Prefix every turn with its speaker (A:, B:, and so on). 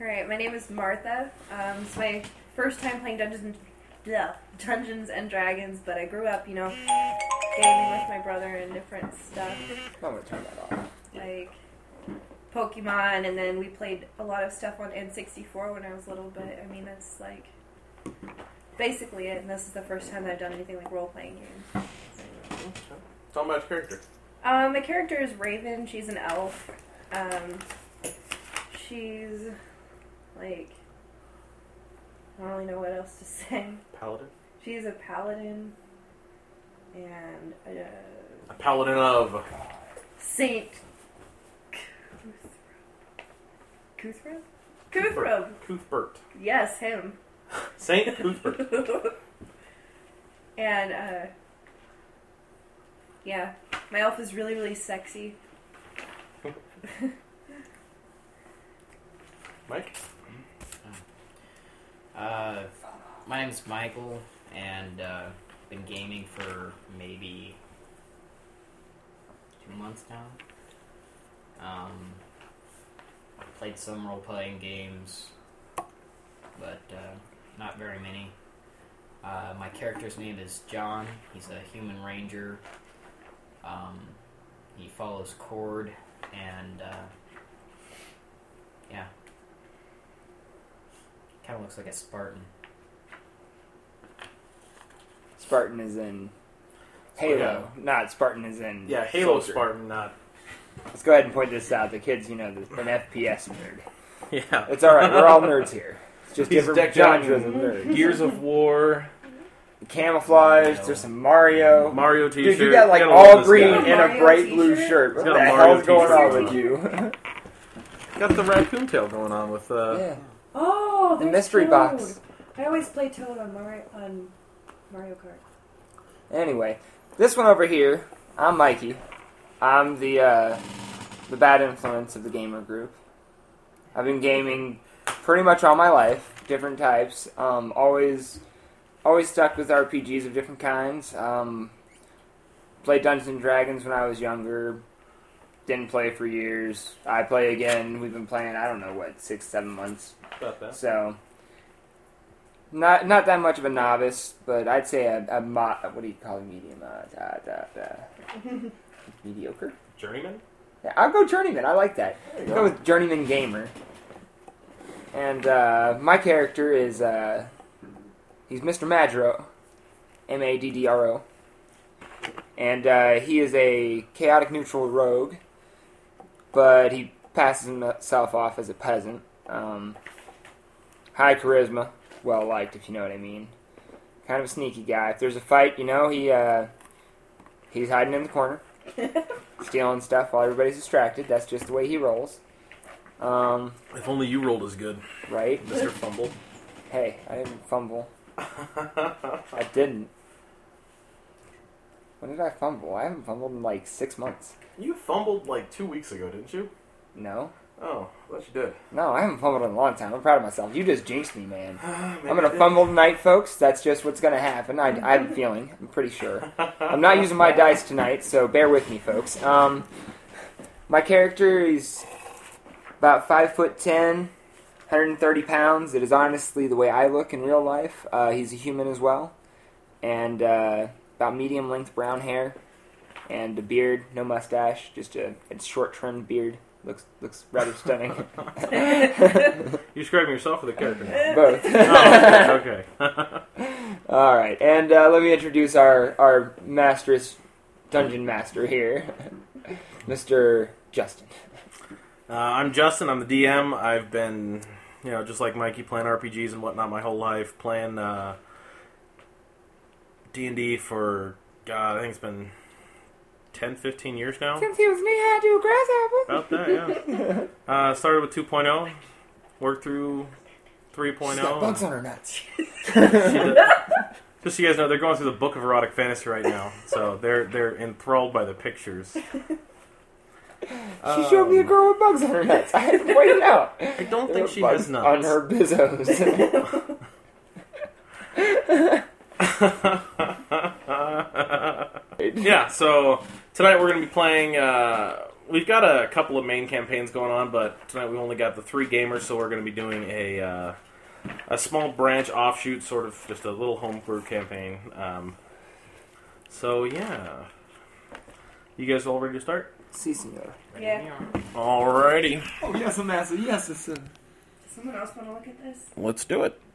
A: All right, my name is Martha. Um, it's my first time playing Dungeons and yeah, Dungeons and Dragons, but I grew up, you know, gaming with my brother and different stuff
B: I'm gonna turn that off.
A: like Pokemon, and then we played a lot of stuff on N64 when I was little. But I mean, that's like basically it. And this is the first time I've done anything like role playing games.
C: Tell me about your character.
A: Um, my character is Raven. She's an elf. Um, she's like I don't really know what else to say.
C: Paladin.
A: She's a paladin and a
C: A paladin of.
A: saint. Cuthro. Cuthro.
C: Cuthbert.
A: Yes, him.
C: Saint Cuthbert.
A: and uh, yeah, my elf is really, really sexy.
C: Mike.
D: Uh, my name's Michael, and uh, been gaming for maybe two months now. Um, played some role-playing games, but uh, not very many. Uh, my character's name is John. He's a human ranger. Um, he follows Cord, and uh, yeah, kind of looks like a Spartan.
B: Spartan is in Halo, not Spartan is in.
C: Yeah, Halo
B: Soldier.
C: Spartan, not.
B: Let's go ahead and point this out. The kids, you know, the, an FPS nerd.
E: Yeah.
B: It's all right. We're all nerds here. It's just
E: He's
B: different
E: decked out
B: genres of
E: in
B: nerds.
E: Gears of War,
B: Camouflage. There's some Mario.
E: Mario T-shirt.
B: Dude, you got like
E: Gotta love
B: all
E: this
B: green
A: guy.
B: and a
A: Mario
B: bright blue
A: t-shirt?
B: shirt. What
E: He's got
B: the
E: a Mario
B: hell's going
E: t-shirt.
B: on with you?
E: Got the raccoon tail going on with uh,
B: yeah.
A: Oh,
B: The mystery box.
A: I always play Toad on Mario on Mario Kart.
B: Anyway, this one over here, I'm Mikey. I'm the uh, the bad influence of the gamer group. I've been gaming pretty much all my life, different types. Um, always always stuck with RPGs of different kinds. Um, played Dungeons and Dragons when I was younger. Didn't play for years. I play again. We've been playing. I don't know what six, seven months.
C: About that.
B: So, not not that much of a novice, but I'd say a, a mo- what do you call it, medium? Uh, da, da, da. Mediocre.
C: Journeyman.
B: Yeah, I'll go journeyman. I like that.
C: There you
B: I'll go with journeyman gamer. And uh, my character is uh, he's Mr. Madro, M A D D R O, and uh, he is a chaotic neutral rogue, but he passes himself off as a peasant. Um, high charisma, well liked if you know what I mean. Kind of a sneaky guy. If there's a fight, you know he uh, he's hiding in the corner stealing stuff while everybody's distracted. That's just the way he rolls. Um,
E: If only you rolled as good,
B: right?
E: Mister Fumble.
B: Hey, I didn't fumble. I didn't. When did I fumble? I haven't fumbled in like six months.
C: you fumbled like two weeks ago, didn't you?
B: No,
C: Oh, I thought you did.
B: no, I haven't fumbled in a long time. I'm proud of myself. You just jinxed me, man.
C: Maybe
B: I'm
C: I
B: gonna
C: did.
B: fumble tonight, folks. That's just what's gonna happen. I, I have a feeling. I'm pretty sure. I'm not using my dice tonight, so bear with me, folks. Um, my character is about five foot ten, 130 pounds. It is honestly the way I look in real life. Uh, he's a human as well, and uh, about medium length brown hair and a beard, no mustache, just a, a short trimmed beard. Looks looks rather stunning.
E: You're describing yourself or the character? now?
B: Both.
E: oh, okay. okay.
B: All right, and uh, let me introduce our our master's dungeon master here, Mr. Justin.
E: Uh, I'm Justin. I'm the DM. I've been, you know, just like Mikey, playing RPGs and whatnot my whole life. Playing uh, D&D for God, I think it's been 10, 15 years now.
B: Since he was knee high to a
E: About that, yeah. Uh, started with 2.0, worked through oh. 3.0.
B: She's got bugs on her nuts.
E: Just so you guys know, they're going through the book of erotic fantasy right now, so they're they're enthralled by the pictures.
B: she showed me a girl with bugs on her nuts. I had to point it out.
E: Um, I don't
B: There
E: think
B: were
E: she
B: bugs
E: has nuts.
B: on her bizzos.
E: yeah, so tonight we're going to be playing uh, we've got a couple of main campaigns going on, but tonight we only got the three gamers, so we're going to be doing a uh, a small branch offshoot, sort of just a little homebrew campaign. Um, so yeah, you guys all ready to start?
B: Si, senor.
D: Ready
A: Yeah.
D: when you are.
E: Alrighty,
B: Oh, yes, master. Yes, sir.
A: Does someone else want to look at this?
E: let's do it.